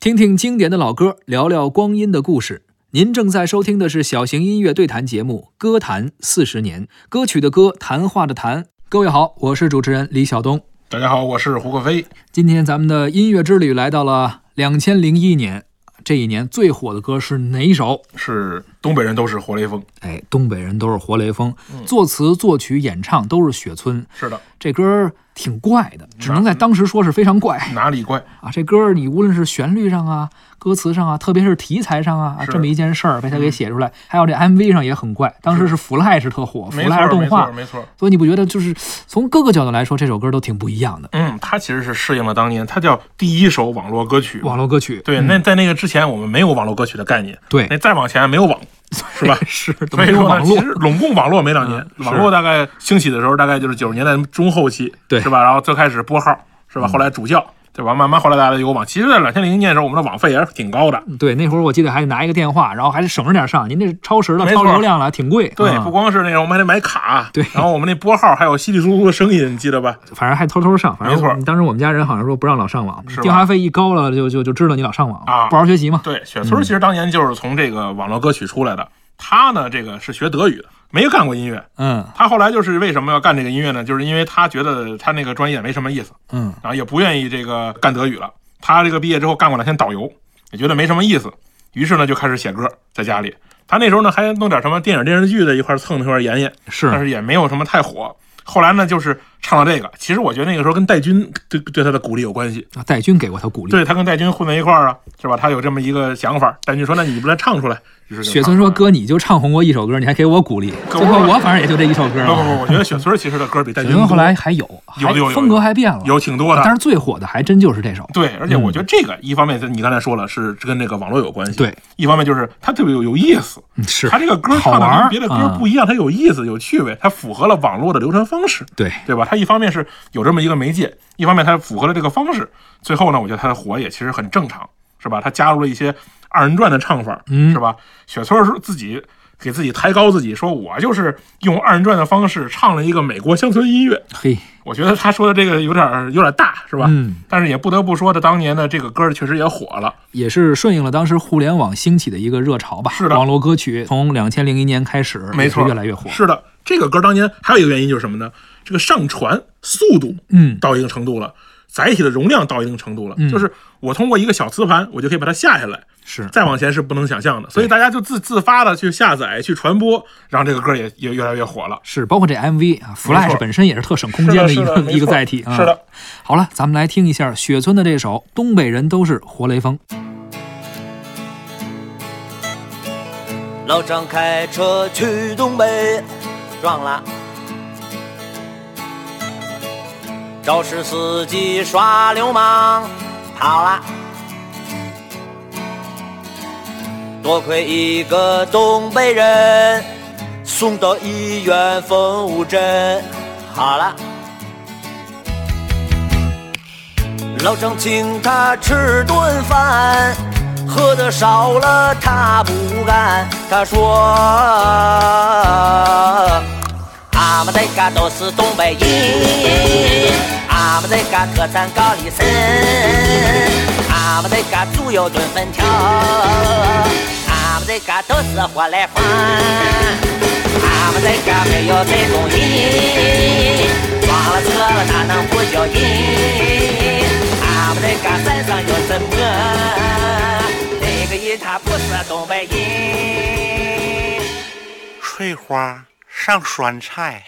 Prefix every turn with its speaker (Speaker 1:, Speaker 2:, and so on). Speaker 1: 听听经典的老歌，聊聊光阴的故事。您正在收听的是小型音乐对谈节目《歌坛四十年》，歌曲的歌，谈话的谈。各位好，我是主持人李晓东。
Speaker 2: 大家好，我是胡克飞。
Speaker 1: 今天咱们的音乐之旅来到了两千零一年，这一年最火的歌是哪一首？
Speaker 2: 是东北人都是活雷锋，
Speaker 1: 哎，东北人都是活雷锋，作词、作曲、演唱都是雪村。
Speaker 2: 是的，
Speaker 1: 这歌儿挺怪的，只能在当时说是非常怪
Speaker 2: 哪里怪？
Speaker 1: 啊。这歌儿你无论是旋律上啊、歌词上啊，特别是题材上啊，啊
Speaker 2: 是嗯
Speaker 1: 这么一件事儿被他给写出来，还有这 MV 上也很怪。当时是 Flash 特火
Speaker 2: 没错
Speaker 1: ，Flash 动画
Speaker 2: 没错，，没错。
Speaker 1: 所以你不觉得就是从各个角度来说，这首歌都挺不一样的
Speaker 2: 嗯，它其实是适应了当年，它叫第一首网络歌曲。
Speaker 1: 网络歌曲？
Speaker 2: 对，那在那个之前，我们没有网络歌曲的概念，
Speaker 1: 嗯对？
Speaker 2: 那再往前没有网，是吧
Speaker 1: 是，都
Speaker 2: 所
Speaker 1: 没
Speaker 2: 以
Speaker 1: 有
Speaker 2: 说
Speaker 1: 网
Speaker 2: 呢，
Speaker 1: 络
Speaker 2: 其实拢共网络没两年，
Speaker 1: 嗯
Speaker 2: 网络大概兴起的时候，大概就是九十年代中后期，
Speaker 1: 对嗯
Speaker 2: 是吧？然后最开始拨号，是吧？后来主叫，对吧？慢慢后来大家有网。其实，在两千零一年的时候，我们的网费也是挺高的，
Speaker 1: 对，那会儿我记得还得拿一个电话，然后还得省着点上。您这超时了，
Speaker 2: 没
Speaker 1: 超
Speaker 2: 错
Speaker 1: 流量了，挺贵。
Speaker 2: 对，
Speaker 1: 嗯
Speaker 2: 不光是那种我们还得买卡，
Speaker 1: 对
Speaker 2: 然后我们那拨号还有稀里疏疏的声音，你记得吧？
Speaker 1: 反正还偷偷上。反正
Speaker 2: 没错
Speaker 1: 当时我们家人好像说不让老上网
Speaker 2: 是，吧
Speaker 1: 电话费一高了就就就知道你老上网，
Speaker 2: 啊
Speaker 1: 不好好学习嘛。
Speaker 2: 对，雪村其实当年就是从这个网络歌曲出来的。他呢，这个是学德语的，没干过音乐。
Speaker 1: 嗯
Speaker 2: 他后来就是为什么要干这个音乐呢？就是因为他觉得他那个专业没什么意思，
Speaker 1: 嗯，
Speaker 2: 然后也不愿意这个干德语了。他这个毕业之后干过两天导游，也觉得没什么意思，于是呢就开始写歌，在家里。他那时候呢还弄点什么电影电视剧的一块儿蹭那块儿演演，但
Speaker 1: 是
Speaker 2: 是也没有什么太火。后来呢就是唱到这个，其实我觉得那个时候跟戴军对对他的鼓励有关系。
Speaker 1: 啊戴军给过他鼓励。
Speaker 2: 对他跟戴军混在一块儿啊，是吧？他有这么一个想法，戴军说：“那你不来唱出来？”于是就
Speaker 1: 雪
Speaker 2: 唱
Speaker 1: 村
Speaker 2: 出
Speaker 1: 说：“
Speaker 2: 来了
Speaker 1: 哥，你就唱红过一首歌，你还给我鼓励。”
Speaker 2: 可
Speaker 1: 最后
Speaker 2: 不是
Speaker 1: 我反正也就这一首歌
Speaker 2: 不不
Speaker 1: 了。
Speaker 2: 不，我觉得雪村其实的歌比戴
Speaker 1: 雪
Speaker 2: 军
Speaker 1: 村后
Speaker 2: 多
Speaker 1: 来还有，还
Speaker 2: 有有有
Speaker 1: 风格还变了，
Speaker 2: 有挺多
Speaker 1: 但
Speaker 2: 的。
Speaker 1: 是最火的还真就是这首。
Speaker 2: 对，而且我觉得这个一方面，你刚才说了是跟这个网络有关系，
Speaker 1: 对，
Speaker 2: 一方面就是它特别有有意思，
Speaker 1: 嗯是
Speaker 2: 它这个歌
Speaker 1: 好
Speaker 2: 唱的
Speaker 1: 玩儿啊
Speaker 2: 跟别的歌不一样，它有意思、有趣味，它符合了网络的流传方式，
Speaker 1: 对，
Speaker 2: 对吧？它一方面是有这么一个媒介，一方面它符合了这个方式。最后呢，我觉得它的火也其实很正常，是吧？它加入了一些二人转的唱法，
Speaker 1: 嗯
Speaker 2: 是吧？雪村是自己给自己抬高自己，说我就是用二人转的方式唱了一个美国乡村音乐。
Speaker 1: 嘿，
Speaker 2: 我觉得他说的这个有点儿有点儿大，是吧？
Speaker 1: 嗯，
Speaker 2: 但是也不得不说的，当年的这个歌儿确实也火了。
Speaker 1: 也是顺应了当时互联网兴起的一个热潮吧。
Speaker 2: 是的
Speaker 1: 网络歌曲从两千零一年开始，
Speaker 2: 没错
Speaker 1: 也是越来越火。
Speaker 2: 是的，这个歌儿当年还有一个原因就是什么呢？这个上传速度
Speaker 1: 嗯，
Speaker 2: 到一定程度了，载体的容量到一定程度了，
Speaker 1: 嗯
Speaker 2: 就是我通过一个小磁盘，我就可以把它下下来，
Speaker 1: 是
Speaker 2: 再往前是不能想象的。所以大家就自自发的去下载、去传播，让这个歌儿也也越来越火了。
Speaker 1: 是，包括这 MV 啊
Speaker 2: 没
Speaker 1: ，Flash
Speaker 2: 错
Speaker 1: 本身也是特省空间一
Speaker 2: 是的
Speaker 1: 个
Speaker 2: 是 的
Speaker 1: 一个
Speaker 2: 没错
Speaker 1: 载体啊。
Speaker 2: 是的，
Speaker 1: 好了，咱们来听一下雪村的这首《东北人都是活雷锋》。
Speaker 3: 老张开车去东北，撞了。肇事司机耍流氓，跑了。多亏一个东北人，送到医院风雾镇，好了。老张请他吃顿饭，喝的少了他不干。他说：“俺们这嘎都是东北人，俺们这嘎特产高丽参，俺们这嘎猪油炖粉条，俺们这嘎都是活来饭，俺们这嘎没有这种人，撞了车了哪能不叫人？”俺们这个山上有什么？那个人他不是东北人。
Speaker 4: 翠花上酸菜。